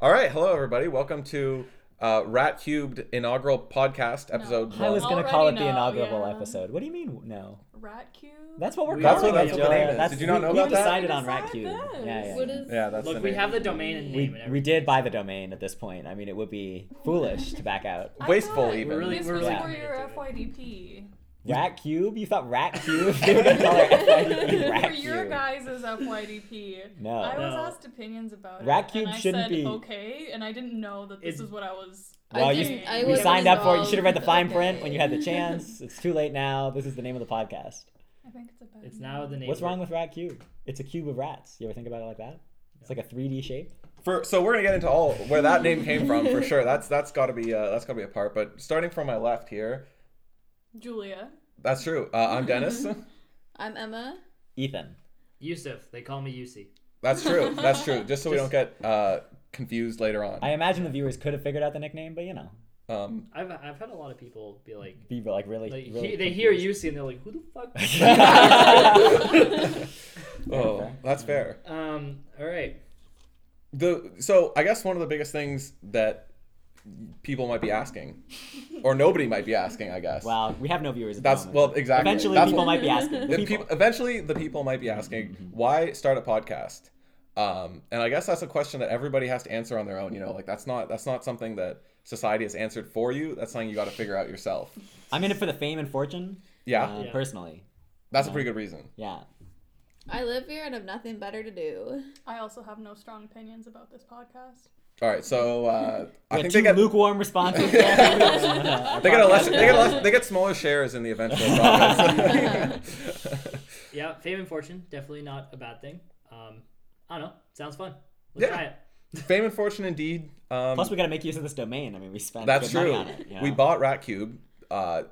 All right, hello everybody. Welcome to uh, Rat Cubed inaugural podcast episode. I was one. gonna call Already it the know, inaugural yeah. episode. What do you mean no? Rat cube. That's what we're We calling already it. know Joanna. what it is. That's, Did you not we- know we about that? decided We on Rat Cube. decided Yeah, this. yeah, What yeah. is- Yeah, that's the Look, we name. have the domain and name We, and everything. we did buy the domain at this point. I mean, it would be foolish to back out. I Wasteful thought even. We're really- this we're was really for your committed FYDP. Rat Cube? You thought Rat Cube? they were gonna call it FYDP Rat for your Cube. guys' FYDP. No. I was No. asked opinions about Rat it. cube and I shouldn't said, be- Okay, and I didn't know that this It's- is what I was. Well, I you- didn't- I You wasn't signed up for it. You should have read the involved. fine print when Okay. you had the chance. It's too late now. This is the name of the podcast. I think it's a bad. It's now the name. What's wrong with Rat Cube? It's a cube of rats. You ever think about it like that? It's like a 3D shape. For, so we're gonna get into all where that name came from for sure. That's that's gotta be uh, that's gotta be a part. But starting from my left here, Julia. that's true. Uh, Mm-hmm. I'm Dennis. I'm Emma. Ethan. Yusuf? They call me Yusi. That's true. That's true. Just so we don't get uh, confused later on. I imagine the viewers could have figured out the nickname, but you know, Um, I've I've had a lot of people be like, be like really. like really he, they hear Yusi and they're like, who the fuck? confused. oh, that's fair. um. All right. the so I guess one of the biggest things that people might be asking, or nobody might be asking, I guess. wow, we have no viewers. At That's the well moment. exactly. Eventually, That's people what- might be asking. The the people. Mm-hmm. peop- eventually, the people might be asking why start a podcast. Um, and I guess that's a question that everybody has to answer on their own. You know, like that's not that's not something that society has answered for you. That's something you got to figure out yourself. I'm in it for the fame and fortune. Yeah, uh, Yeah. Personally, that's a pretty good reason. yeah. I live here and have nothing better to do. I also have no strong opinions about this podcast. All right, so uh, We I had think two they get lukewarm responses. there. they get a less they get a less they get smaller shares in the eventual profits. Yeah. Fame and fortune definitely not a bad thing. Um. I don't know. Sounds fun. Let's Yeah. try it. Fame and fortune, indeed. Um, Plus, we got to make use of this domain. I mean, we spent That's good money true. on it. you We know? bought Ratcube. Uh,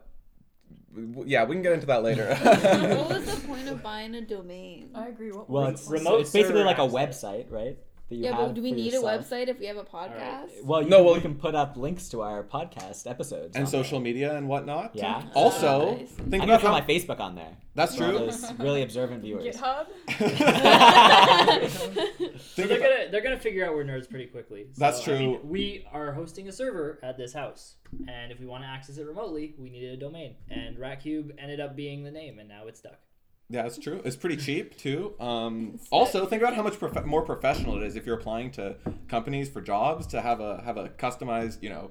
w- w- yeah, we can get into that later. what was the point of buying a domain? I agree. What Well, were you it's, on? Remote it's basically server like a access. website, right? That you yeah, have but do we for need yourself. a website if we have a podcast? Well, you No, can, well- we can put up links to our podcast episodes and on social There. media and whatnot. Yeah. Also, Oh, nice. think I'm gonna about put how my Facebook on there. that's for all true. Those really observant viewers. GitHub. So Think they're about- gonna they're gonna figure out we're nerds pretty quickly. So, That's I mean, true. we are hosting a server at this house, and if we want to access it remotely, we needed a domain. And Ratcube ended up being the name, and now it's stuck. yeah, it's true. It's pretty cheap too. Um, also, think about how much prof- more professional it is if you're applying to companies for jobs to have a have a customized, you know,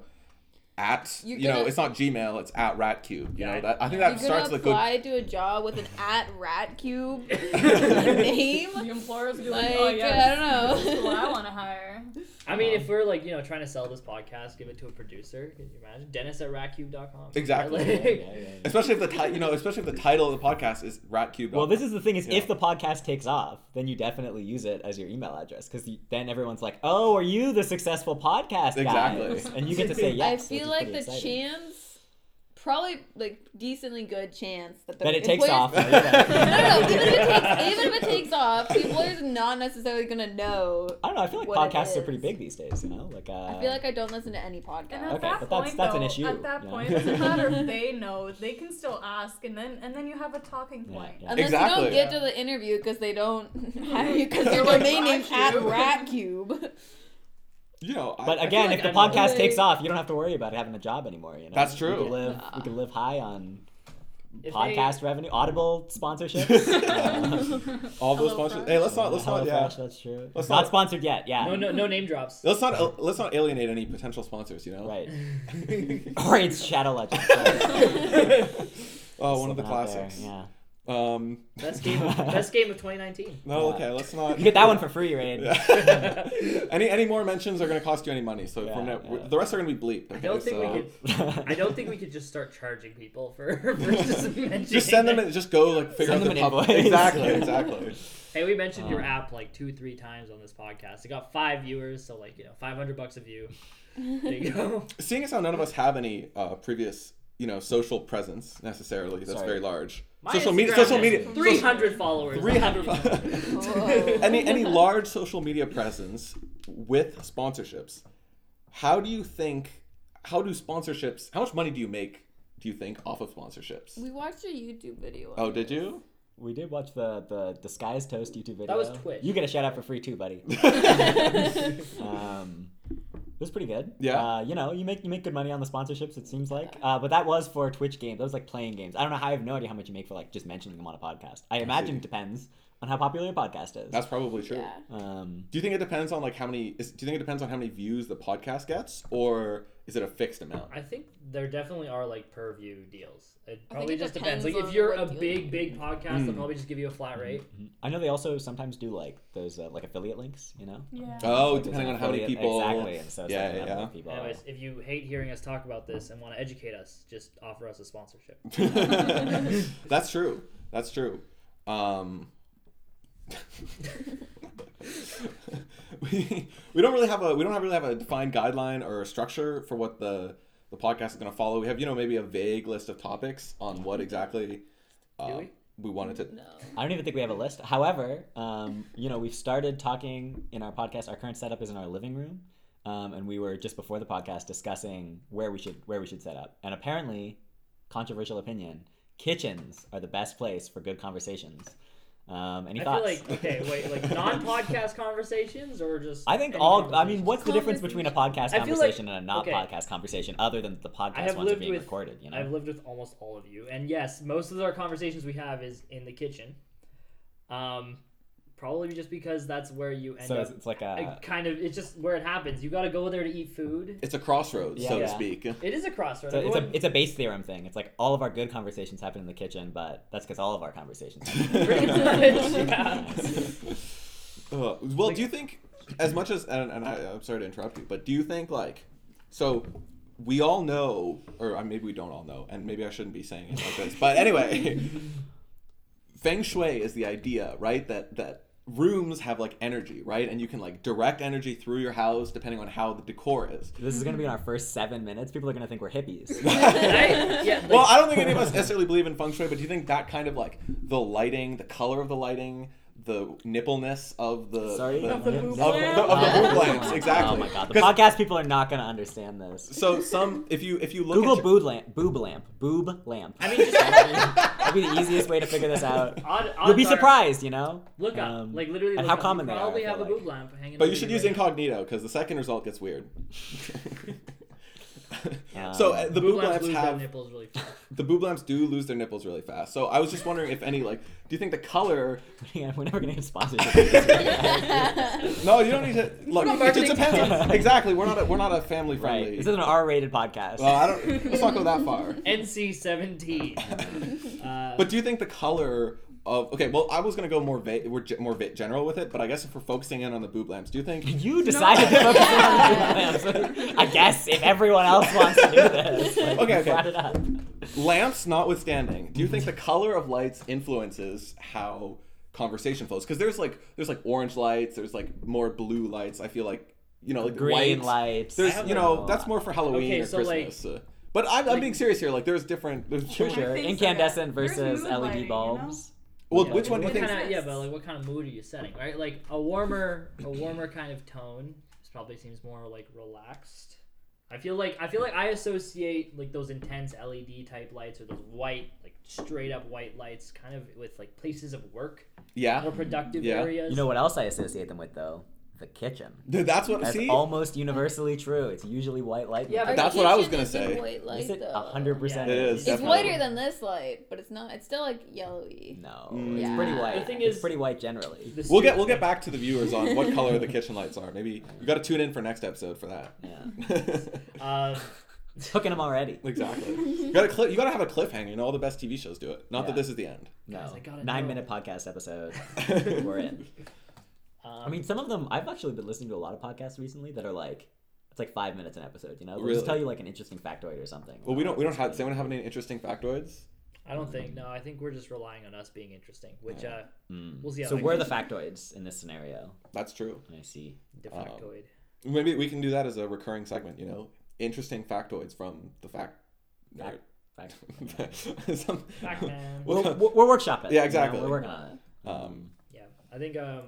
at you You're know, gonna- it's not Gmail, it's at Ratcube. You know, Yeah. that, I think You're that starts gonna with a good. apply to a job with an at rat cube name? The employer's doing. Like, oh yes. I This is don't what I know. want to hire. I mean, Um, if we're like you know trying to sell this podcast, give it to a producer. Can you imagine Dennis at Ratcube.com? Exactly. Like- Yeah, yeah, yeah. Especially if the ti- you know, especially if the title of the podcast is Ratcube. Well, this is the thing: is Yeah. if the podcast takes off, then you definitely use it as your email address because then everyone's like, "Oh, are you the successful podcast guy?" Exactly. And you get to say yes. I which is feel like pretty the exciting. chance, probably like decently good chance that the That it takes employer's- off. right? Yeah. No, no, no. Even if, it takes, even if it takes off, the employer's not necessarily gonna know. I don't know. I feel like What it podcasts are is. pretty big these days. You know, like. Uh, I feel like I don't listen to any And podcast. at Okay, that but that's- point, that's an though, issue, At that you point, know? it doesn't matter if they know; they can still ask, and then and then you have a talking Yeah, point. yeah. Unless you Exactly. don't get to the interview because they don't hire you because They're your like, domain "Rat name's at cube." Ratcube. you know, I- But I feel again, like if the I'm podcast like- takes off, you don't have to worry about having a job anymore. You know, That's We true. could live, we could live high on If they- podcast revenue, Audible sponsorships. uh, All those Hello sponsors. Fresh. Hey, let's not let's not yeah. HelloFresh, that's true. Let's Not, not- sponsored yet. Yeah. no, no, no name drops. Let's not let's not alienate any potential sponsors. You know. Right. or it's Shadow Legends. Sorry. oh, one of the Slipping out there, classics. Yeah. Um. Best game, of, best game of 2019. No. Yeah. Okay. Let's not. You get that one for free, Raid. any any more mentions are gonna cost you any money. So Yeah, from now, yeah. the rest are gonna be bleeped. Okay, I don't think so. we could. I don't think we could just start charging people for, for just mentioning. Just send them and just go like figure Send out them the an pub- invoice. Exactly. Exactly. Hey, we mentioned your Um, app like two, three times on this podcast. It got five viewers, so like you know, 500 bucks a view. There you go. Seeing as how none of us have any uh, previous you know social presence necessarily that's Sorry. very large. My social media. Instagram Social has media. 300 followers. Three hundred. Whoa. any any large social media presence with sponsorships. How do you think? How do sponsorships? How much money do you make? Do you think off of sponsorships? We watched a YouTube video. on Oh, did this. you? We did watch the the disguised toast YouTube video. That was Twitch. You get a shout out for free too, buddy. um, It was pretty good. Yeah. Uh, you know, you make you make good money on the sponsorships. It seems like, uh, but that was for Twitch games. That was like playing games. I don't know. how I have no idea how much you make for like just mentioning them on a podcast. I imagine it depends on how popular your podcast is. That's probably true. Yeah. um, Do you think it depends on like how many? Is, do you think it depends on how many views the podcast gets, or is it a fixed amount? I think there definitely are like per view deals. It I probably think it just depends. depends Like if on you're what a deal big, big podcast, they'll Mm. probably just give you a flat rate. I know they also sometimes do like those uh, like affiliate links. You know. Yeah. Oh, Like, there's depending an on how many affiliate- people. Exactly. And so it's Yeah, like, yeah, how many yeah. people. Anyways, if you hate hearing us talk about this and want to educate us, just offer us a sponsorship. That's true. That's true. Um, we, we don't really have a we don't have really have a defined guideline or a structure for what the the podcast is going to follow. We have you know maybe a vague list of topics on what exactly uh, we? we wanted to. No. I don't even think we have a list. However, um, you know, we've started talking in our podcast. Our current setup is in our living room, um, and we were just before the podcast discussing where we should where we should set up. And apparently, controversial opinion: kitchens are the best place for good conversations. Um, any I feel thoughts? like okay, wait, like non-podcast conversations or just I think any all. I mean, conversations? what's the difference between a podcast I feel like- conversation and a not okay. podcast conversation, other than the I podcast have ones are lived being with recorded? You know, I've lived with almost all of you, and yes, most of our conversations we have is in the kitchen. Um, probably just because that's where you end so up. it's, it's like a. I kind of, it's just where it happens. You got to go there to eat food. It's a crossroads, so Yeah. to speak. It is a crossroad. So it's a, Everyone- it's a base theorem thing. It's like all of our good conversations happen in the kitchen, but that's because all of our conversations. Happen. Pretty much, yeah. Uh, well, do you think, as much as, and, and I, I'm sorry to interrupt you, but do you think, like, so we all know, or uh, maybe we don't all know, and maybe I shouldn't be saying it like this, but anyway, feng shui is the idea, right? That, that, rooms have like energy right and you can like direct energy through your house depending on how the decor is this is gonna be in our first seven minutes. People are gonna think we're hippies. Right? Yeah, like- well i don't think any of us necessarily believe in feng shui but do you think that kind of like the lighting the color of the lighting the nippleness of the Sorry, the- Of the Yep. boob the- of the boob lamps, exactly. Oh my god, the 'Cause- podcast people are not gonna understand this. so some if you if you look Google at boob lamp, boob lamp, boob lamp. I mean, just- that'd be the easiest way to figure this out. Odd, You'll be odds are- surprised, you know. Look up, Um, like literally. and look how up. common they you are, I probably feel have a like. boob lamp hanging. But over you should your use head. incognito because the second result gets weird. Yeah. so uh, the Boob boob lamps lose their have nipples really fast. the boob lamps do lose their nipples really fast. So I was just wondering if any like, do you think the color? Yeah, we're never gonna get sponsored. No, you don't need to look. not It, marketing depends. on- kids. exactly, we're not a, we're not a family right. friendly. This is an R-rated podcast. well, I don't. Let's not go that far. NC seventeen. Uh, But do you think the color of okay? Well, I was gonna go more va- we're ge- more va- general with it, but I guess if we're focusing in on the boob lamps, do you think? You decided to focus in on the boob lamps. I guess if everyone else wants to do this, like, Okay, you okay. brought it up. Lamps notwithstanding, do you think the color of lights influences how conversation flows? Because there's like there's like orange lights, there's like more blue lights. I feel like you know like Green white. lights. There's I you know that's more for Halloween Okay, or so, like- Christmas. uh, but I'm, I'm being serious here. Like there's different. There's for different sure. think so, Incandescent yeah. There's versus mood LED lighting, you know? bulbs. Well, Yeah. which one do you what think? kind of, yeah, but like what kind of mood are you setting, right? Like a warmer, a warmer kind of tone is probably seems more like relaxed. I feel like I feel like I associate like those intense LED type lights or those white, like straight up white lights, kind of with like places of work, Yeah, more productive Yeah. areas. You know what else I associate them with though? The kitchen. Th- that's what. That's see, almost universally true. It's usually white light. in the Yeah, but Our that's what I was kitchen gonna is a say. White light, kitchen. is it though. hundred percent? Yeah. It is, It's Definitely. whiter than this light, but it's not. It's still like yellowy. No, Mm. it's Yeah. pretty white. The thing it's is- pretty white generally. The we'll get street- we'll get back to the viewers on what color the kitchen lights are. Maybe you got to tune in for next episode for that. Yeah, Um, it's hooking them already. exactly. You got to cli- you got to have a cliffhanger. You know, all the best TV shows do it. Not that Yeah. this is the end. No, Guys, I gotta nine know. minute podcast episode. We're in. um, I mean, some of them. I've actually been listening to a lot of podcasts recently that are like, it's like five minutes an episode. You know, They'll Really? just tell you like an interesting factoid or something. Well, we don't we don't have. Does anyone have any interesting factoids? I don't think. No, I think we're just relying on us being interesting, which uh, Mm. we'll see. How so that we're the goes. factoids in this scenario. That's true. I see. de um, factoid. Maybe we can do that as a recurring segment. You know, interesting factoids from the fact. Fact- Fact- Some- Fact man. we're, we're we're workshopping. you know, exactly. we're working on it. um, Yeah, I think um,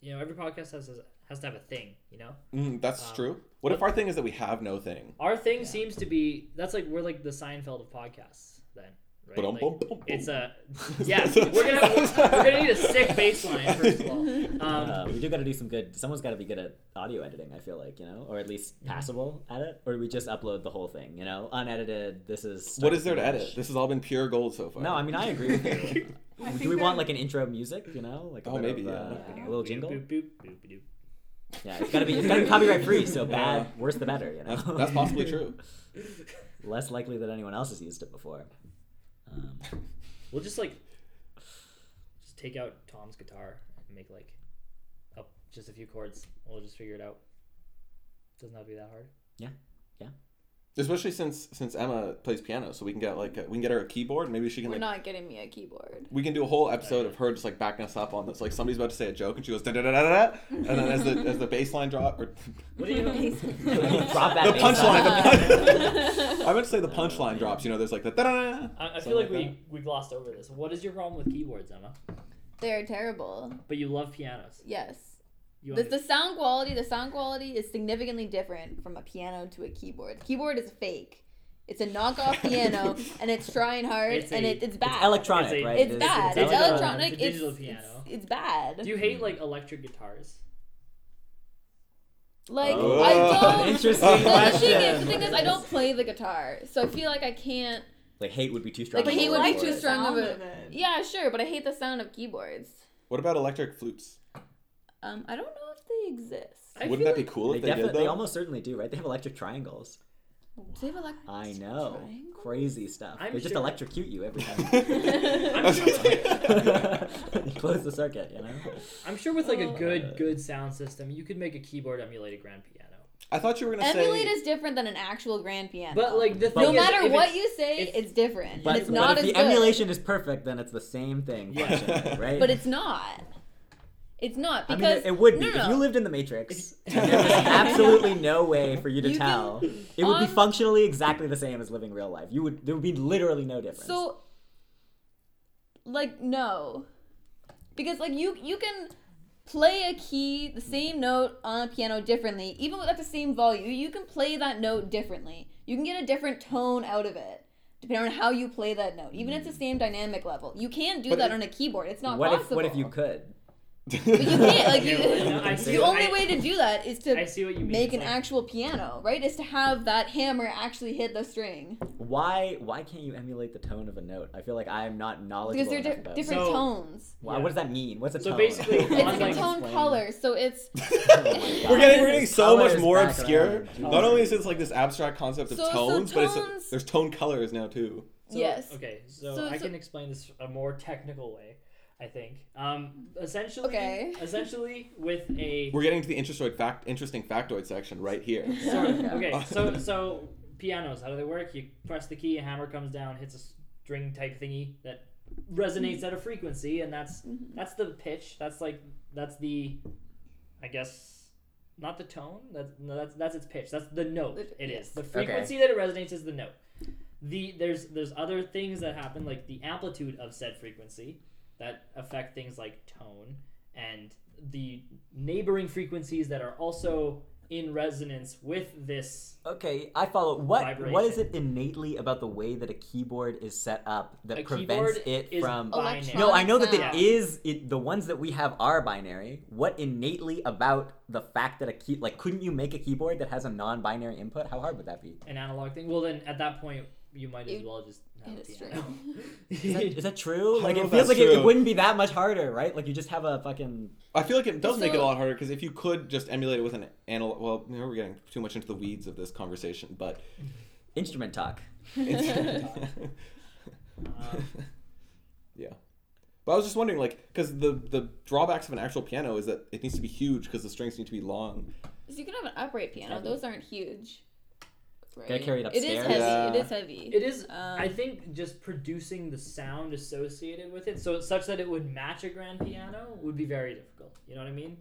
you know, every podcast has has to have a thing. You know, mm, that's Um, true. What if our thing is that we have no thing? our thing Yeah. seems to be that's like we're like the Seinfeld of podcasts. Then Right? Like, Ba-dum-bum-bum-bum. it's a yeah. We're gonna we're gonna need a sick bass line first of all. Uh, Um, we do got to do some good. Someone's got to be good at audio editing. I feel like you know, or at least passable at it. Or do we just upload the whole thing? You know, unedited. This is What is there to start edit? This has all been pure gold so far. No, I mean I agree with you. I do we think want that- like an intro music? You know, like a Oh, bit maybe, of, uh, yeah. a little jingle. Boop, boop, boop, boop, boop. Yeah, it's gotta be it's gotta be copyright free. So bad, worse the better. You know, that's, that's possibly true. Less likely that anyone else has used it before. Um, We'll just like just take out Tom's guitar and make like up just a few chords. We'll just figure it out. Doesn't that be that hard? Especially since since Emma plays piano, so we can get like a, we can get her a keyboard. Maybe she can We're like not getting me a keyboard. we can do a whole episode of her just like backing us up on this. Like somebody's about to say a joke and she goes da da da da da, and then as the as the bass line drop or What do you Drop that The bass punchline, line. I meant to say the punchline drops. You know, there's like the da da da. I, I Something feel like like we we glossed over this. What is your problem with keyboards, Emma? They're terrible. But you love pianos. Yes. You The, under- the sound quality, the sound quality is significantly different from a piano to a keyboard. Keyboard is fake. It's a knockoff piano, and it's trying hard, It's and a- it, it's bad. It's electronic, It's a- right? It's It is- bad. It's, digital- electronic. it's a digital it's, piano. It's, it's bad. do you hate like electric guitars? like Oh. I don't. Interesting The, the thing is, question. the thing is, I don't play the guitar, so I feel like I can't. Like hate would be too strong. Like, of a hate you would word be like for too the it. strong. of sound a- it. Yeah, sure, but I hate the sound of keyboards. What about electric flutes? Um, I don't know if they exist. I Wouldn't feel that be cool They if they did definitely, though? they almost certainly do, right? They have electric triangles. Do they have electric? I know, triangle? crazy stuff. I'm they just sure- electrocute you every time. I'm sure- you close the circuit, you know. I'm sure with like a Uh, good good sound system, you could make a keyboard emulate a grand piano. I thought you were gonna Emulate say. is different than an actual grand piano. But like the thing no is, matter if what it's- you say, if- it's, different. But, and it's not but if as the good. emulation is perfect, then it's the same thing, Yeah. functionally, right? But it's not. It's not I mean, because it, it would be no, no, if no. you lived in the Matrix. and there was absolutely no way for you to You can- tell. it would be on- functionally exactly the same as living real life. You would there would be literally no difference. So, like, no, because like you you can play a key, the same note on a piano differently, even with at the same volume. You can play that note differently. You can get a different tone out of it. Depending on how you play that note, even if it's the same dynamic level, you can't do But that it- on a keyboard. It's not Hmm. what possible. if what if you could? But you can't. Like you, Yeah, I see the what- only I- way to do that is I to see what you mean. make It's an like- actual piano, right? Is to have that hammer actually hit the string. Why why can't you emulate the tone of a note? I feel like I am not because knowledgeable they're enough di- about. different So- tones. Wow, what does that mean? What's a So tone? Oh basically, It's It's Well, like a like- tone color, so it's we're getting we're Colors getting so much more background. obscure. Not Colors. only is it like this abstract concept of So- so tones, but it's tones- there's tone colors now too. So- yes. Okay, so, So- I so- can explain this a more technical way, I think. Um, essentially, Okay. essentially with a We're getting to the interestoid fact, interesting factoid section right here. Sorry, Yeah. okay, so so pianos, how do they work? You press the key, a hammer comes down, hits a string type thingy that resonates at a frequency, and that's Mm-hmm. that's the pitch. That's like that's the, I guess, not the tone. That's no, that's that's its pitch. That's the note. It The- is yes. the Okay. frequency that it resonates is the note. The there's there's other things that happen like the amplitude of said frequency that affect things like tone and the neighboring frequencies that are also in resonance with this Okay, I follow. What what is Vibration. it innately about the way that a keyboard is set up that A prevents keyboard it is from? binary. Electronic No, I know that sound. it is. It, the ones that we have are binary. What innately about the fact that a key like couldn't you make a keyboard that has a non-binary input? How hard would that be? an analog thing. Well, then at that point, you might as It- well just have a it's piano. Is that, is that true? don't Like know it if that's feels like it, it true. wouldn't be that much harder, right? Like you just have a fucking. I feel like it does make it a So- lot harder because if you could just emulate it with an analog, well, now we're getting too much into the weeds of this conversation, but Instrument talk. it's- Um, yeah. But I was just wondering, like, because the the drawbacks of an actual piano is that it needs to be huge because the strings need to be long. So you can have an upright piano. Heavy. Those aren't huge. Right? carry it It is upstairs. heavy. Yeah. It is heavy. it is. Um, I think just producing the sound associated with it, so it's such that it would match a grand piano, would be very difficult. You know what I mean?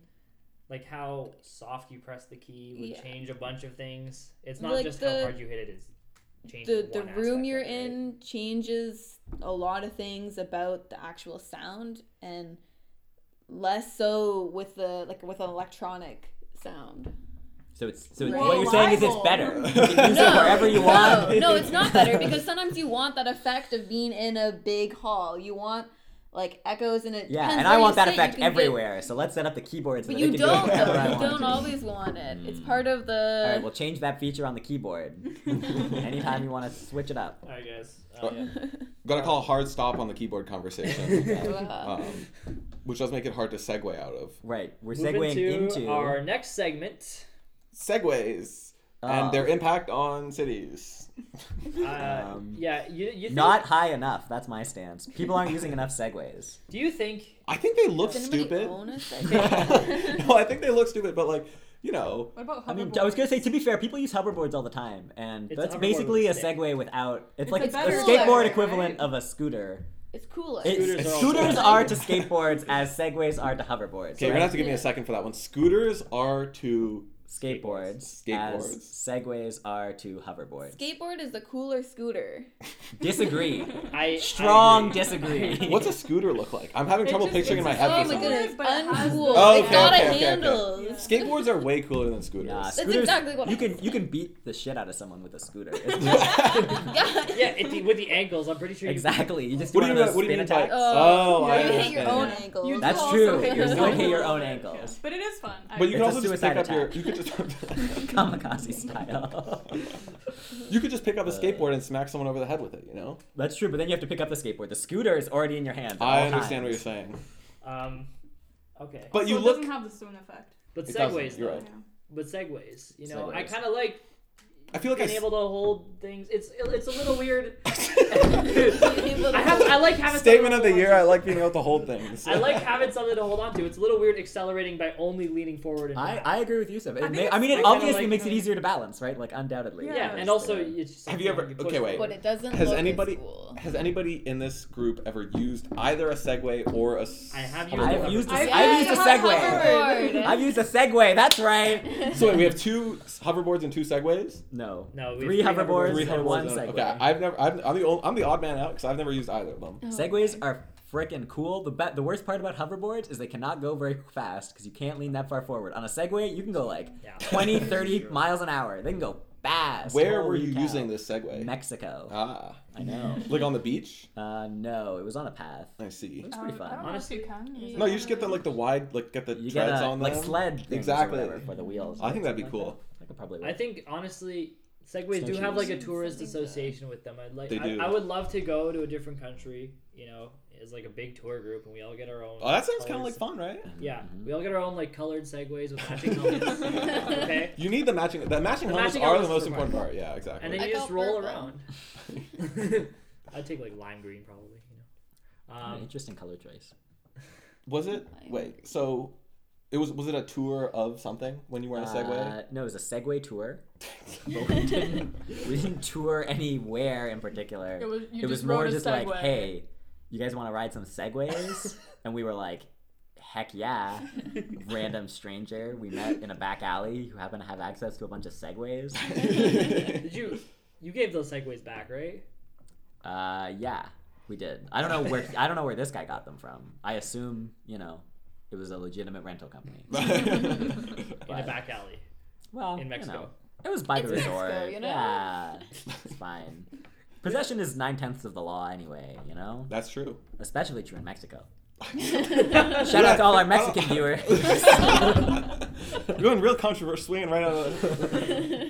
Like how soft you press the key would Yeah. change a bunch of things. It's not Like just how the- hard you hit it. Is the the room you're in changes a lot of things about the actual sound and less so with the like with an electronic sound. So it's so it's- Right. what you're saying is it's better. You can use it No, wherever you want. No, no, it's not better because sometimes you want that effect of being in a big hall. You want like echoes and it. yeah, depends and where I you want that sit, you effect can get- everywhere. So let's set up the keyboard so but that you it can do don't. whatever though. I You want. don't always uh, want it. It's Mm. part of the. All right, we'll change that feature on the keyboard. Anytime you want to switch it up. All right, guys. Oh, Um, yeah. Gonna call a hard stop on the keyboard conversation, Wow. um, which does make it hard to segue out of. Right, we're Moving segueing to into our next segment. Segways Oh. and Ah. their impact on cities. Uh, Um, yeah, you, you think, not high enough. That's my stance. People aren't using enough segues. Do you think I think they look Does anybody stupid. own a segway? no, I think they look stupid, but like, you know, What about hoverboards? I mean, I was gonna say to be fair, people use hoverboards all the time, and It's a that's hoverboard basically a with a stick. segue without. It's, It's like a a, better skateboard segue, equivalent right? of a scooter. it's cooler. It- Scooters scooters are also- are to skateboards as segues are to hoverboards. okay, you're gonna have to give me a second for that one. Scooters are to skateboards, as Skateboards. segues are to hoverboards. Skateboard is the cooler scooter. disagree. I I Strong agree. disagree. What's a scooter look like? I'm having It trouble just- picturing in my it's head. Oh for my some something. reason. goodness, It's uncool. Oh, it's okay, got okay, a okay, okay. handle. Skateboards are way cooler than scooters. Nah, That's scooters, exactly what you I can said. you can beat the shit out of someone with a scooter. Yeah. Yeah, it, the- with the angles, I'm pretty sure. exactly. You just What do do you one of mean- those what do you spin mean by- attacks. Oh, Yeah, I you hit understand. your own ankles. You That's also true. hit You your would own hit your own ankles. ankles. But it is fun. I- But you It's can a also just pick suicide up your. attack. You could just. Kamikaze style. You could just pick up a skateboard and smack someone over the head with it. You know. That's true, but then you have to pick up the skateboard. The scooter is already in your hand. at I all understand what you're times. saying. Um, okay. But, But you so It look. doesn't have the spoon effect. It doesn't, segues, you're though. right. Yeah. But segues, you know, I Segues. kind of like I feel like I. being s- able to hold things. It's it's a little weird. Able to I have I like having Statement of the something to year. I hold like being able to hold things. on to. I like having something to hold on to. It's a little weird accelerating by only leaning forward and I, back. I agree with Yusuf. It I think may, it's- I mean, it I kinda obviously like makes it the- easier to balance, right? Like, undoubtedly. Yeah. yeah, There's and also the- it's just Have you something ever- push okay, wait. But it doesn't Has look anybody- as cool. Has anybody in this group ever used either a Segway or a? s- I have used hoverboard? I've used a, I've I've used used a a segue. hoverboard. I've used a segue. That's right. So wait, we have two hoverboards and two Segways. No. No, we have Three three hoverboards, Three and hoverboards. one and- segue. Okay, I've never. I've, I'm the old, I'm the odd man out because I've never used either of them. Oh, Segways are freaking cool. The be- the worst part about hoverboards is they cannot go very fast because you can't lean that far forward. On a Segway, you can go like Yeah. 20, 30 miles an hour. They can go fast. Where were Holy you cow. using this Segway? Mexico. ah, I Mm-hmm. know. like on the beach. Uh, no, it was on a path. I see. It's pretty Um, fun. I don't know if Honestly- you can. use it No, you on just get the a- like the wide, like get the You get treads a on them. like sled things or Exactly. whatever for the wheels. I think that'd be Something cool. like that. I could probably. I Work. think honestly, segways do Snowshoes. have like a tourist Something to- association with them. I'd like. They I, do. I would love to go to a different country. You know, as like a big tour group, and we all get our own. Oh, that sounds kind of like colours. fun, right? Yeah, Mm-hmm. we all get our own like colored segways with matching helmets. okay, You need the matching. The matching The helmets matching are the helmets most are important part. Yeah, exactly. and then I you just felt roll purple. around. I'd take like lime green probably. You know. An Um, interesting color choice. was it? Wait. So, it was. Was it a tour of something when you were on a Segway? Uh, no, it was a Segway tour. but we didn't, we didn't tour anywhere in particular. It was- you it was just more rode a just like, Segway. hey, you guys want to ride some Segways? and we were like, heck yeah. Random stranger we met in a back alley who happened to have access to a bunch of Segways. did you? You gave those segways back, right? Uh, yeah, we did. I don't know where I don't know where this guy got them from. I assume you know it was a legitimate rental company. In a Right. back alley. Well, In Mexico. you know, it was by the It's resort. Mexico, you know? Yeah, it's fine. Possession is nine tenths of the law anyway. You know, That's true. especially true in Mexico. Segways. Shout out to all our I Mexican don't- viewers. We're going real controversial, swinging right out of. The...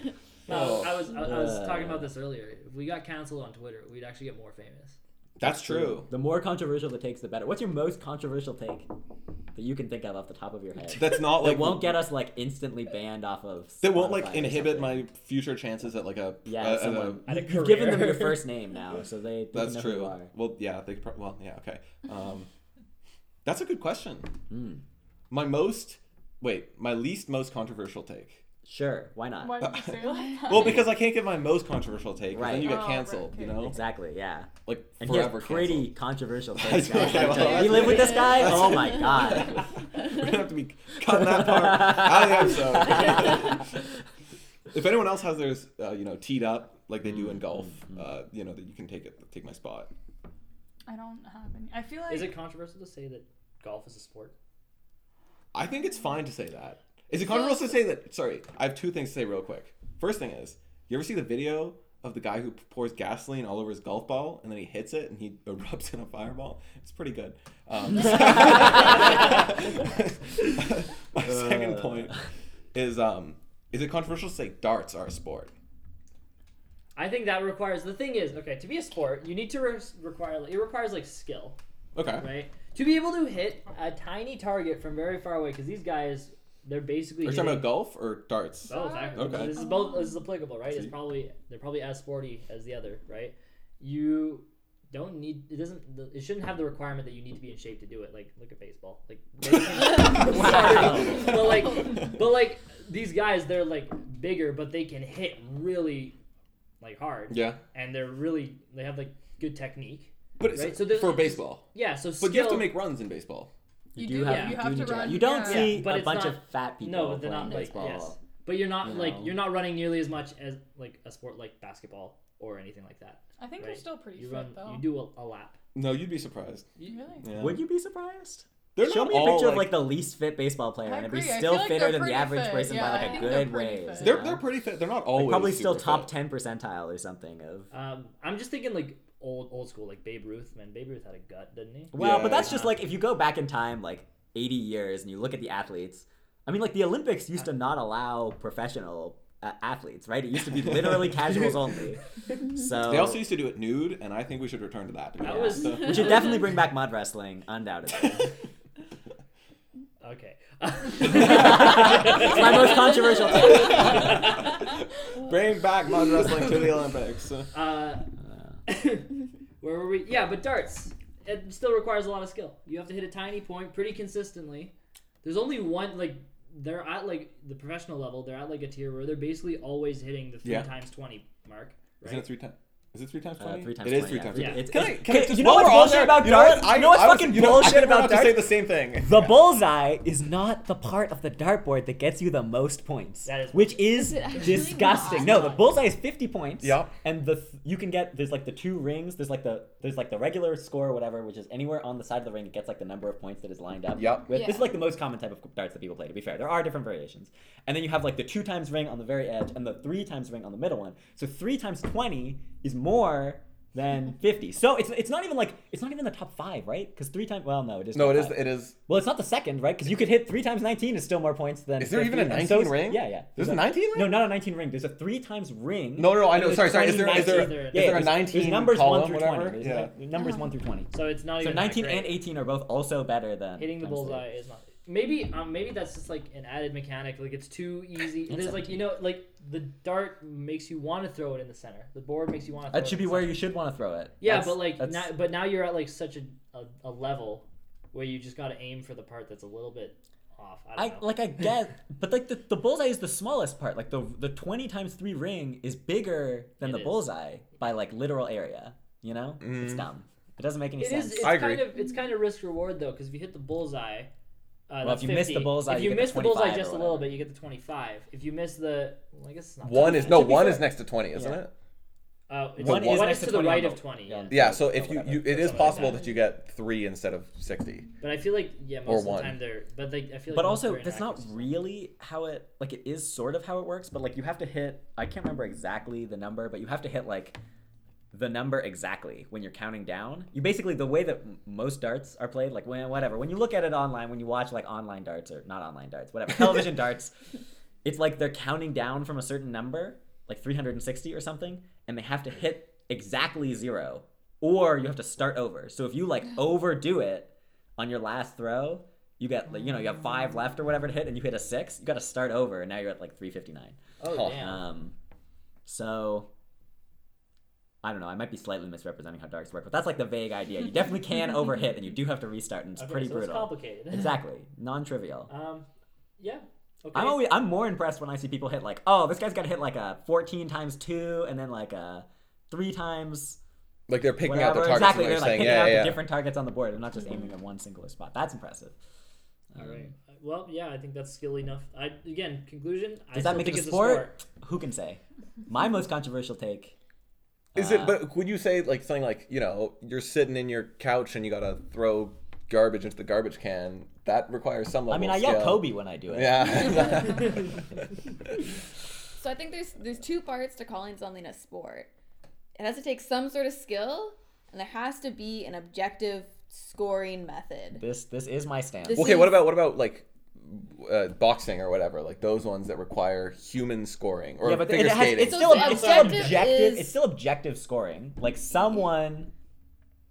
No, Oh. I was I, I was talking Uh. about this earlier. If we got canceled on Twitter, we'd actually get more famous. That's true. The more controversial the takes, the better. What's your most controversial take that you can think of off the top of your head? That's not that like won't get us like instantly banned off of. That won't like Spotify or inhibit something. my future chances at like a. Yeah, a- at a- someone. at a you- you've given them career. your first name now, so they. they That's know Who you true. are. Well, yeah, they could prob- well, yeah, okay. Um, that's a good question. Hmm. My most, wait, my least most controversial take. Sure, why not? Why did you say that? Well, because I can't give my most controversial take, 'cause then you Right. get Oh, canceled, right, you okay. know, Exactly, yeah. like And he has forever pretty canceled. controversial things. guys. Okay, well, we live with this guy? that's- Oh my god. We're gonna have to be cutting that part out of the episode. if anyone else has theirs, uh, you know, teed up like they Mm-hmm. do in golf, uh, you know, that you can take it, take my spot. I don't have any. I feel like Is it controversial to say that golf is a sport? I think it's fine to say that. Is it controversial to say that? Sorry, I have two things to say real quick. First thing is, you ever see the video of the guy who pours gasoline all over his golf ball and then he hits it and he erupts in a fireball? It's pretty good. Um, my second Uh. point is, um, is it controversial to say darts are a sport? I think that requires the thing is okay to be a sport. You need to re- require it requires like skill, Okay. right? To be able to hit a tiny target from very far away, because these guys they're Are basically. you talking hitting- about golf or darts? Both, actually. Okay. This is both. This is applicable, right? It's See? probably they're probably as sporty as the other, right? You don't need it doesn't it shouldn't have the requirement that you need to be in shape to do it. Like look at baseball. Like Sorry. but like but like these guys they're like bigger, but they can hit really like hard, Yeah, and they're really they have like good technique. but it's Right, so there's- for baseball. Yeah, so But skill, you have to make runs in baseball. You, You do, do- have, yeah, you you have do to need to run, run. You don't yeah. see Yeah, but a it's bunch not- of fat people. no, they're not playing like baseball. yes, but you're not you like know. you're not running nearly as much as like a sport like basketball or anything like that. I think Right. they're still pretty You fit run, though. you do a, a lap. No, you'd be surprised. really? Yeah. Would you be surprised? They're Show not me a all, picture of like the least fit baseball player, I and it'd be agree. I still feel like fitter they're than the pretty average fit. person Yeah, by I like a think they're good pretty ways. fit. They're you know? they're pretty fit. They're not always like, probably super still top fit. ten percentile or something of. Um, I'm just thinking like old old school, like Babe Ruth. Man, Babe Ruth had a gut, didn't he? Well, Yeah. but that's just like if you go back in time like 80 years and you look at the athletes. I mean, like the Olympics used to not allow professional uh, athletes, right? It used to be literally casuals only. So They also used to do it nude, and I think we should return to that. to be That honest. was- So- we should definitely bring back mud wrestling, undoubtedly. Okay. it's my most controversial take. Bring back mud wrestling to the Olympics. uh, where were we? Yeah, but darts. It still requires a lot of skill. You have to hit a tiny point pretty consistently. There's only one like they're at like the professional level. They're at like a tier where they're basically always hitting the three Yeah. times twenty mark. Right? Isn't it three times? Is it three times Uh, twenty? three times It is 20, three yeah. times. Three- twenty. it's- Can I? it's- Can I okay, just, you know while what's we're on bullshit there- about you know what? darts? I- You know what's I was- fucking you know, I bullshit think we're about about to say darts? the same thing. The bullseye is not the part of the dartboard that gets you the most points, That is- which is, it actually disgusting. No, not? the bullseye is fifty points. Yep. And the th- you can get there's like the two rings. There's like the there's like the regular score or whatever, which is anywhere on the side of the ring it gets like the number of points that is lined up. Yep. With, This is Yeah. like the most common type of darts that people play. To be fair, there are different variations. And then you have like the two times ring on the very edge and the three times ring on the middle one. So three times twenty is more. Than fifty, so it's it's not even like it's not even the top five, right? Because three times, well, no, it is. No, top it is. five. It is. Well, it's not the second, right? Because you could hit three times nineteen is still more points than. Is there even a 50, and 19 ring? Yeah, yeah. There's a 19 ring? No, not a nineteen ring. There's a three times ring. No, no, no, I and know. there's Sorry, sorry. Is there- 20, is there- 19. is yeah, there a there's- 19 There's numbers column, one through whatever? twenty. There's Yeah. like- numbers one through twenty. So it's not So even that nineteen great. and eighteen are both also better than hitting the times three. bullseye is not maybe um, maybe that's just like an added mechanic like it's too easy It's there's up like to you know like the dart makes you want to throw it in the center the board makes you want to throw That should it be in the where center. you should want to throw it. yeah That's- but like that's- now, but now you're at like such a, a, a level where you just got to aim for the part that's a little bit off i I don't know like I get, but like the, the bullseye is the smallest part. Like the the twenty times three ring is bigger than It the is. bullseye by like literal area. You know, it's Mm. dumb. It doesn't make any it sense. is it's I kind agree. of it's kind of risk reward though because if you hit the bullseye uh, Well, that's if you miss the 50. bullseye, if you you, get the miss the bullseye 25 or just a little whatever. bit, you get the twenty-five. If you miss the, well, I guess it's not One is no. To be One fair- is next to twenty, isn't Yeah. it? Uh, it's, One one, is is, next to to the 20 on right the- of twenty. yeah, on yeah. the Yeah. So if Or you, whatever. you it is Something like possible that. that you get three instead of sixty. But I feel like yeah, most Or of the one. time they're. But like I feel. But Like most also, are that's not inaccuracies. really how it like it is sort of how it works. But like you have to hit. I can't remember exactly the number, but you have to hit like the number exactly when you're counting down. You basically the way that m- most darts are played, like when whatever when you look at it online, when you watch like online darts or not online darts, whatever television darts, it's like they're counting down from a certain number, like 360 or something, and they have to hit exactly zero, or you have to start over. So if you like overdo it on your last throw, you get like you know you have five left or whatever to hit, and you hit a six, you got to start over, and now you're at like 359. Huh. Oh damn. Um, so I don't know. I might be slightly misrepresenting how darts work, but that's like the vague idea. You definitely can overhit, and you do have to restart, and it's Okay, pretty so It's brutal. complicated. exactly, non-trivial. Um, yeah. Okay. I'm always I'm more impressed when I see people hit like, oh, this guy's got to hit like a 14 times two, and then like a three times Like they're picking out whatever. the targets. exactly, and they're they're like saying, picking yeah, out yeah. the different targets on the board. They're not just aiming at one singular spot. That's impressive. Um, All right. Um, Well, yeah, I think that's skill enough. I again conclusion. I Does still that make think it a it's sport? Who can say? My most controversial take. Is Uh, it? But would you say like something like you know you're sitting in your couch and you gotta throw garbage into the garbage can, that requires some level. I mean, of I yell skill. Kobe when I do it. Yeah. So I think there's there's two parts to calling something a sport. It has to take some sort of skill, and there has to be an objective scoring method. This this is my stance. This- okay, what about what about like uh, boxing or whatever? Like those ones that require human scoring or yeah, but figure it has, skating. it's still So the it's still objective objective. is- It's still objective scoring. Like someone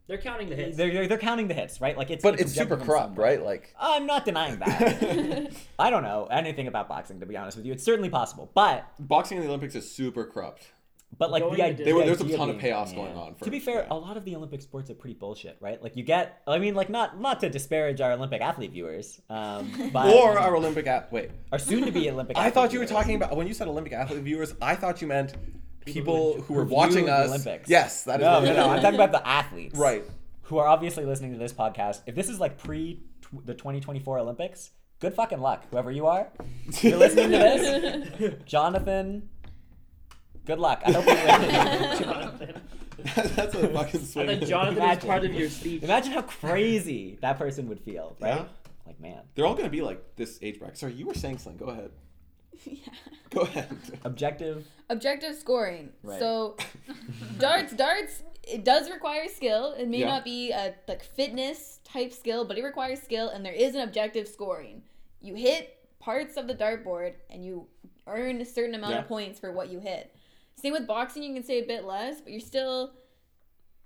They're counting the they're, hits. they're they're counting the hits, right? Like it's but it's super objective in some corrupt, way. right? Like I'm not denying that. I don't know anything about boxing to be honest with you. It's certainly possible, but boxing in the Olympics is super corrupt. But like Going the to idea, Disney- There were- there's a idea ton of being- payoffs going on for- to be fair, yeah. a lot of the Olympic sports are pretty bullshit, right? Like you get, I mean, like not not to disparage our Olympic athlete viewers, um, but Or our Olympic at wait. our soon to be Olympic. I athlete thought you were viewers. talking about when you said Olympic athlete viewers. I thought you meant people who were View watching the us. Olympics. Yes, that is no, what no, I no. meant. I'm talking about the athletes, right. Who are obviously listening to this podcast. If this is like pre tw- the 2024 Olympics, good fucking luck, whoever you are. You're listening to this, Jonathan. Good luck. I hope you win. Jonathan. That's a fucking I swing. thought Jonathan was Imagine. part of your speech. Imagine how crazy that person would feel, right? Yeah. Like, man, They're all gonna be like this age bracket. Sorry, you were saying something. Go ahead. yeah. Go ahead. objective. Objective scoring. Right. So darts, darts, it does require skill. It may Yeah. not be a like fitness type skill, but it requires skill, and there is an objective scoring. You hit parts of the dartboard, and you earn a certain amount Yeah. of points for what you hit. Same with boxing, you can say a bit less, but you're still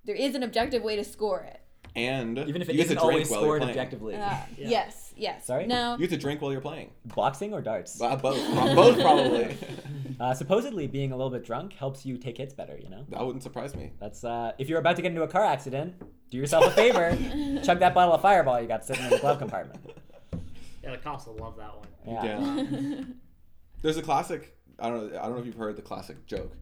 there is an objective way to score it. And Even if it you get to isn't drink always while you're scored playing. objectively. Uh, Yeah. Yes, yes. Sorry? Now, You get to drink while you're playing. Boxing or darts? Uh, both, Pro- both probably. Uh, supposedly, being a little bit drunk helps you take hits better, you know? That wouldn't surprise me. That's, uh, if you're about to get into a car accident, do yourself a favor, chug that bottle of fireball you got sitting in the glove compartment. Yeah, the cops will love that one. Yeah. There's a classic. I don't know. I don't know if you've heard the classic joke,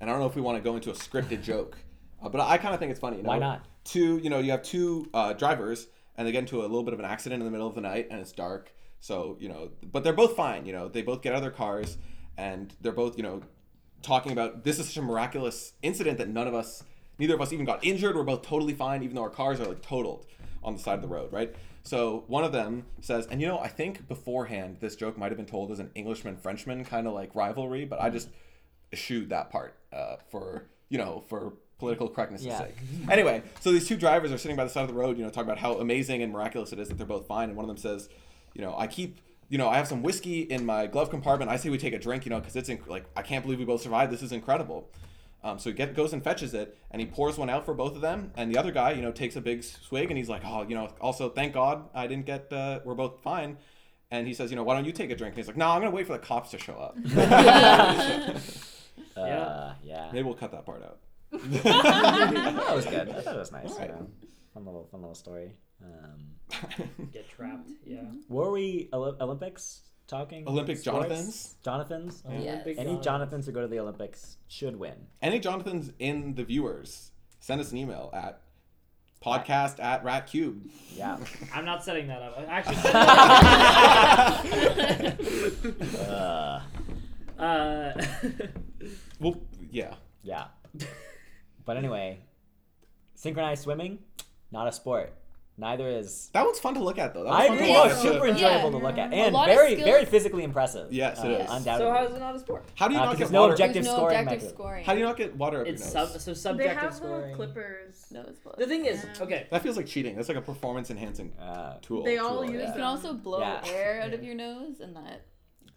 and I don't know if we want to go into a scripted joke, uh, but I, kind of think it's funny. You know? Why not? Two, you know, you have two uh, drivers, and they get into a little bit of an accident in the middle of the night, and it's dark. So you know, but they're both fine. You know, they both get out of their cars, and they're both you know talking about this is such a miraculous incident that none of us, neither of us even got injured. We're both totally fine, even though our cars are like totaled on the side of the road, right? So one of them says, and you know, I think beforehand this joke might have been told as an Englishman Frenchman kind of like rivalry, but I just eschewed that part uh, for you know for political correctness' Yeah. sake. Anyway, so these two drivers are sitting by the side of the road, you know, talking about how amazing and miraculous it is that they're both fine, and one of them says, you know, I keep. You know, I have some whiskey in my glove compartment. I say we take a drink, you know, because it's inc- like I can't believe we both survived. This is incredible. Um, so he get, goes and fetches it, and he pours one out for both of them. And the other guy, you know, takes a big swig, and he's like, "Oh, you know, also thank God I didn't get. Uh, we're both fine." And he says, "You know, why don't you take a drink?" And he's like, "No, I'm gonna wait for the cops to show up. Uh, yeah. Maybe we'll cut that part out." I thought it was good. I thought it was nice. you Alright. know. Fun little, fun little story. Um, Get trapped. Yeah. were we Oli- Olympics talking? Olympic Sports? Jonathans? Oh, Jonathans? Yes. Olympic Any Jonathans. Jonathans who go to the Olympics should win. Any Jonathan's in the viewers, send us an email at podcast at ratcube. Yeah. I'm not setting that up. Actually. Uh, uh, Well, yeah. Yeah. but anyway, synchronized swimming, not a sport. Neither is. That one's fun to look at though. That was I fun agree. to No, watch. it's super Yeah. enjoyable to look at A and lot of very, skills. very physically impressive. Uh, Yes, it is. Undoubtedly. so how is it not a sport? How do you Uh, not because get no water? objective there's no scoring objective method. scoring. How do you not get water up It's your sub, nose? so They subjective have scoring. little clippers. No, it's bullshit. The thing is, Yeah. okay, that feels like cheating. That's like a performance enhancing Uh, tool. They all tool, use yeah. You can also blow Yeah. air out of your nose, and that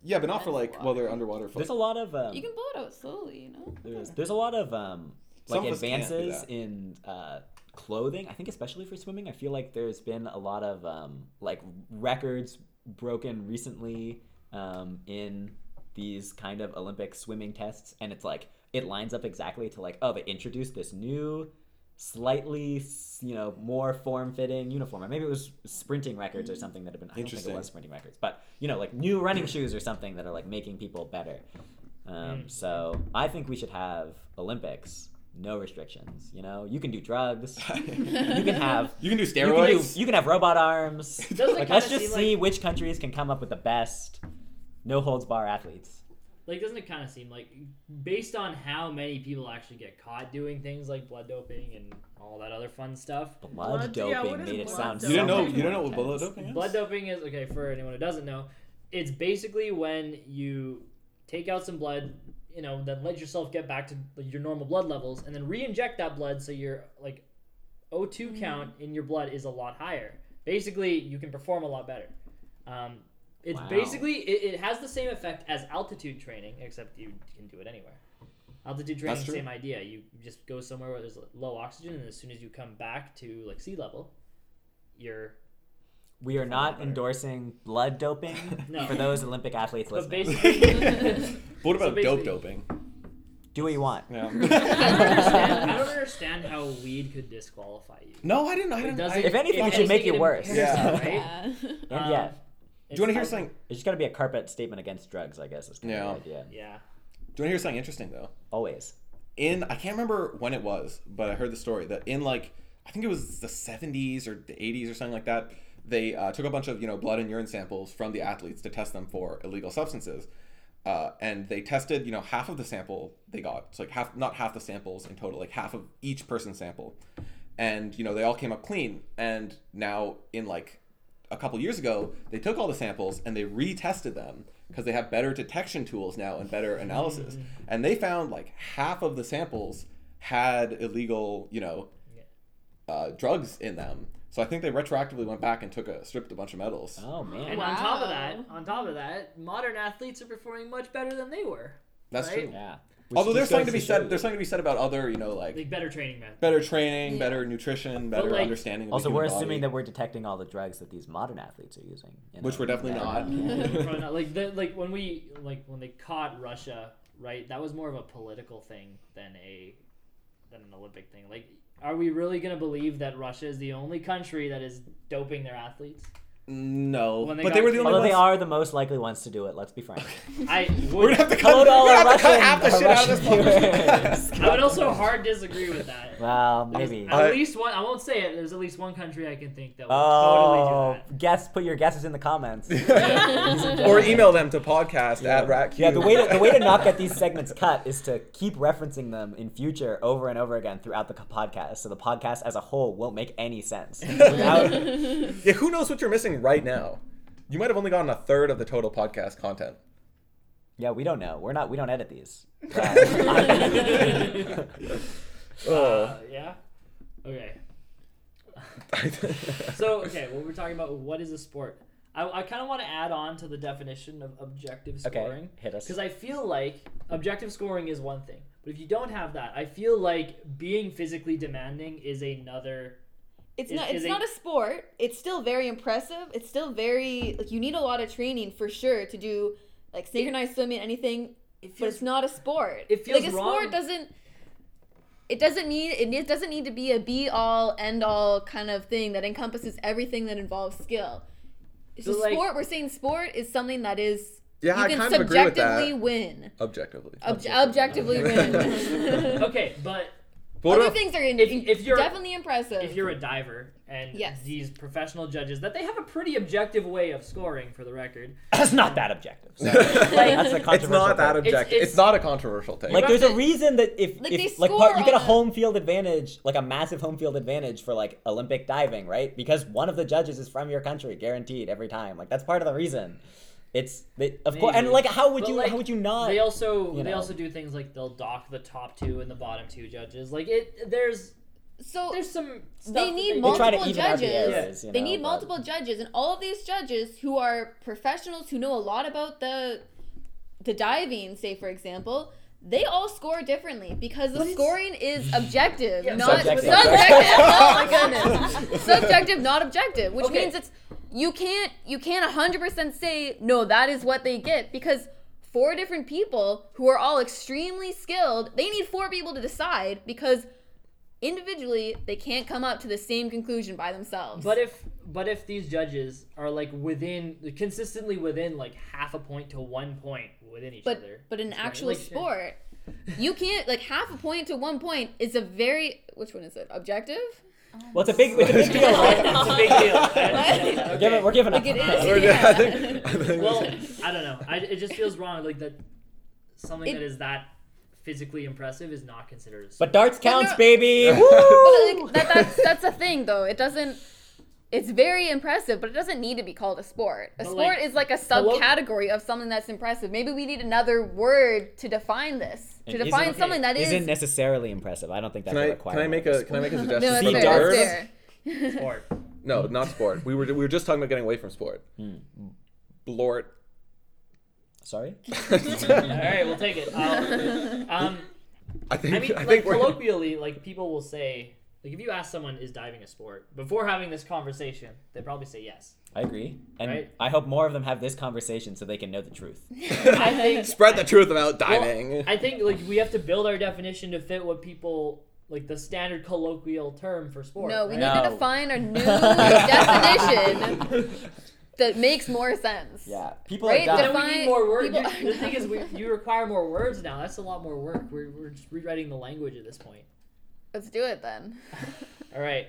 Yeah, but not for That's like water. while they're underwater. For, there's a lot of. Um, you can blow it out slowly. You know. there's, there's a lot of um, like Some of us can't do advances that. in uh, clothing. I think especially for swimming, I feel like there's been a lot of um, like records broken recently um, in these kind of Olympic swimming tests, and it's like it lines up exactly to like oh they introduced this new slightly s- you know more form-fitting uniform or maybe it was sprinting records or something that had been I don't think it Interesting. was sprinting records but you know like new running shoes or something that are like making people better um, Mm. so I think we should have Olympics, no restrictions. You know, you can do drugs. you can have you can do you can, do, steroids. you can have robot arms. doesn't Like, it kinda let's just seem see like which countries can come up with the best no holds bar athletes. Like, doesn't it kind of seem like, based on how many people actually get caught doing things like blood doping and all that other fun stuff, Blood Blood- yeah, doping what is made it blood sound. doping? You didn't so know. much You more don't know what blood intense. doping is. Blood doping is okay for anyone who doesn't know. It's basically when you take out some blood, you know, then let yourself get back to your normal blood levels, and then re-inject that blood so your like O2 count in your blood is a lot higher. Basically, you can perform a lot better. Um, it's Wow. basically it, it has the same effect as altitude training, except you can do it anywhere. Altitude training, That's true. same idea. You just go somewhere where there's low oxygen, and as soon as you come back to like sea level, you're We are not endorsing blood doping No. for those Olympic athletes But listening. basically, What So about dope basically- doping? Do what you want. Yeah. I, don't understand, I don't understand how weed could disqualify you. no, I didn't. I It didn't. doesn't. I, If do anything, it should anything, make it worse. impairs it, Yeah. right? Yeah. And yeah, Um, you want to it's- hear something? it's just got to be a carpet statement against drugs, I guess. Is kind Yeah. of the idea. Do Yeah. you want to hear something interesting though? Always. in I can't remember when it was, but I heard the story that in like I think it was the 70s or the 80s or something like that, they uh, took a bunch of you know blood and urine samples from the athletes to test them for illegal substances, uh, and they tested you know half of the sample they got, so like half not half the samples in total, like half of each person's sample, and you know they all came up clean, and now in like a couple years ago, they took all the samples and they retested them because they have better detection tools now and better Mm. analysis. And they found like half of the samples had illegal, you know, uh, drugs in them. So I think they retroactively went back and took a stripped a bunch of metals. Oh man. And on top of that, Wow. on top of that, modern athletes are performing much better than they were. That's right. true. Yeah. Although Which there's just something to goes be show you. said. There's something to be said about other, you know, like Like better training methods. better training, Yeah. better nutrition, better like- understanding. Of Also, the we're human assuming body, that we're detecting all the drugs that these modern athletes are using, you which know? we're definitely Like, not. probably not- like the, like when we like when they caught Russia, right? That was more of a political thing than a than an Olympic thing. Like, are we really gonna believe that Russia is the only country that is doping their athletes? no, When they but they got were the only kicked- Although ones. they are the most likely ones to do it. Let's be frank. I We're would gonna have to Hello cut, to all we're our gonna have to cut Russian- half the shit out of our this. Russian podcast. I would also hard disagree with that. well, There's maybe. I- At least one. I won't say it. There's at least one country I can think that would Oh, totally do guess. Put your guesses in the comments. or email them to podcast at ratq. Yeah, the way to, the way to not get these segments cut is to keep referencing them in future over and over again throughout the co- podcast. So the podcast as a whole won't make any sense. Without, yeah, who knows what you're missing right now? You might have only gotten a third of the total podcast content. yeah, we don't know. We're not. We don't edit these. Um, that. Oh. uh, yeah. Okay. So okay, well, we're talking about what is a sport. I, I kind of want to add on to the definition of objective Okay, scoring hit us. because I feel like objective scoring is one thing, but if you don't have that, I feel like being physically demanding is another. It's Is- not. is It's it- not a sport. It's still very impressive. It's still very like you need a lot of training for sure to do like synchronized swimming, anything. but it's not a sport. it feels like a wrong. sport doesn't. It doesn't need. It doesn't need to be a be all end all kind of thing that encompasses everything that involves skill. It's So, a like- sport. We're saying sport is something that is yeah, you I can kind of agree with subjectively that. win. Objectively. Obj- objectively win. Okay, but But what Other about- things are in, If- if you're- definitely impressive. if you're a diver and Yes. these professional judges that they have a pretty objective way of scoring for the record That's not that objective. So, that's a it's controversial. not that take. objective. It's, it's- not a controversial take. Like have there's to- a reason that if Like, if they like part, score you get a on a- home field advantage, like a massive home field advantage for like Olympic diving, right? Because one of the judges is from your country, guaranteed every time. Like that's part of the reason. It's they, of course, and Maybe. like how would But, you like, how would you not? they also you they know. also do things like they'll dock the top two and the bottom two judges like it there's so there's some stuff they that need do. They try to multiple even out the judges. errors, you they know, need but- multiple judges, and all of these judges who are professionals who know a lot about the the diving, say for example, they all score differently because the scoring is objective, Yeah, not Subjective. subjective. oh my goodness, subjective, not objective, which Okay. means it's you can't you can't hundred percent say no that is what they get because. Four different people who are all extremely skilled. They need four people to decide because individually they can't come up to the same conclusion by themselves. but if but if these judges are like within consistently within like half a point to one point within each but other but an it's great. actual Like, sport, you can't like half a point to one point is a very which one is it objective? well, it's a big it's a big deal, right? it's a big deal We're What? giving, we're giving Like up. on that. it is. Or- Yeah. I think- I think- well i don't know I, it just feels wrong like that something It- that is that physically impressive is not considered a sport. But darts counts, no- baby. But Woo! like, that, that's that's the thing though. It doesn't. It's very impressive, but it doesn't need to be called a sport. A But, sport like, is like a collo- subcategory of something that's impressive. Maybe we need another word to define this. To And isn't- define okay, something that is- Isn't necessarily impressive. I don't think that's Can I required. can I make a can I make a no, suggestion? that's for fair. the dark. That's word? fair. sport. No, not sport. We were we were just talking about getting away from sport. Hmm. Blort. Sorry. All right, we'll take it. Um, um, I think I mean, I like think we're colloquially, like people will say, like if you ask someone is diving a sport before having this conversation, they probably say yes. I agree, and Right? I hope more of them have this conversation so they can know the truth. I think spread the truth about well, diving. I think like we have to build our definition to fit what people like the standard colloquial term for sport. No, we right? need No. to define a new definition that makes more sense. Yeah, people Right, are But then dumb. define- we need more words. people- You- the thing is, we, you require more words now. That's a lot more work. We're, we're just rewriting the language at this point. Let's do it then. All right.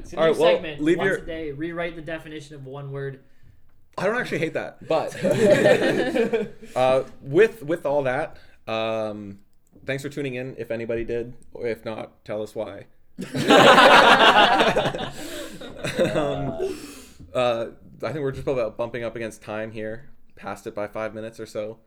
It's a All new right, well, segment. leave Once your- a day, rewrite the definition of one word. I don't actually hate that, but uh, with with all that, um, thanks for tuning in. If anybody did, or if not, tell us why. um, uh, I think we're just about bumping up against time here. Passed it by five minutes or so.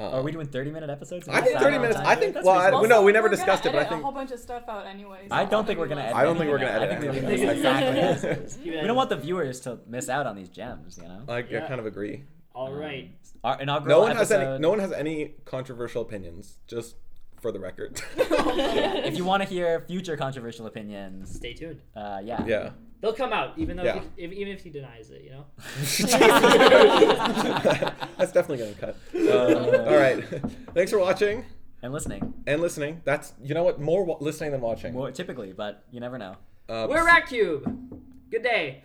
Um, Are we doing thirty-minute episodes? Is I that think sound 30 on minutes. time? I think. That's Well, I, reasonable. we, no, we never We're gonna discussed it, but I edit a think. whole bunch of stuff out anyway. so I don't think we're gonna. really Edit I don't think we're anything gonna edit out. I think anything. we're leaving this Exactly. exactly. as is. We don't want the viewers to miss out on these gems, you know. Um, Um, I, I Yeah. kind of agree. All right. Our inaugural No one has episode. any. No one has any controversial opinions. Just for the record. If you want to hear future controversial opinions, Stay tuned. uh, yeah. yeah. They'll come out, even though Yeah. if, if, even if he denies it, you know. That's definitely gonna cut. Um, all right. Thanks for watching And listening, and listening. That's you know what more wa- listening than watching. Uh, more typically, but you never know. Um, We're Rat Cube. Good day.